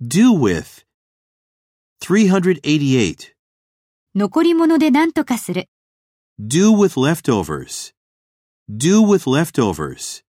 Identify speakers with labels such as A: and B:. A: Do with. 388.
B: 残り物で何とかする。
A: Do with leftovers. Do with leftovers.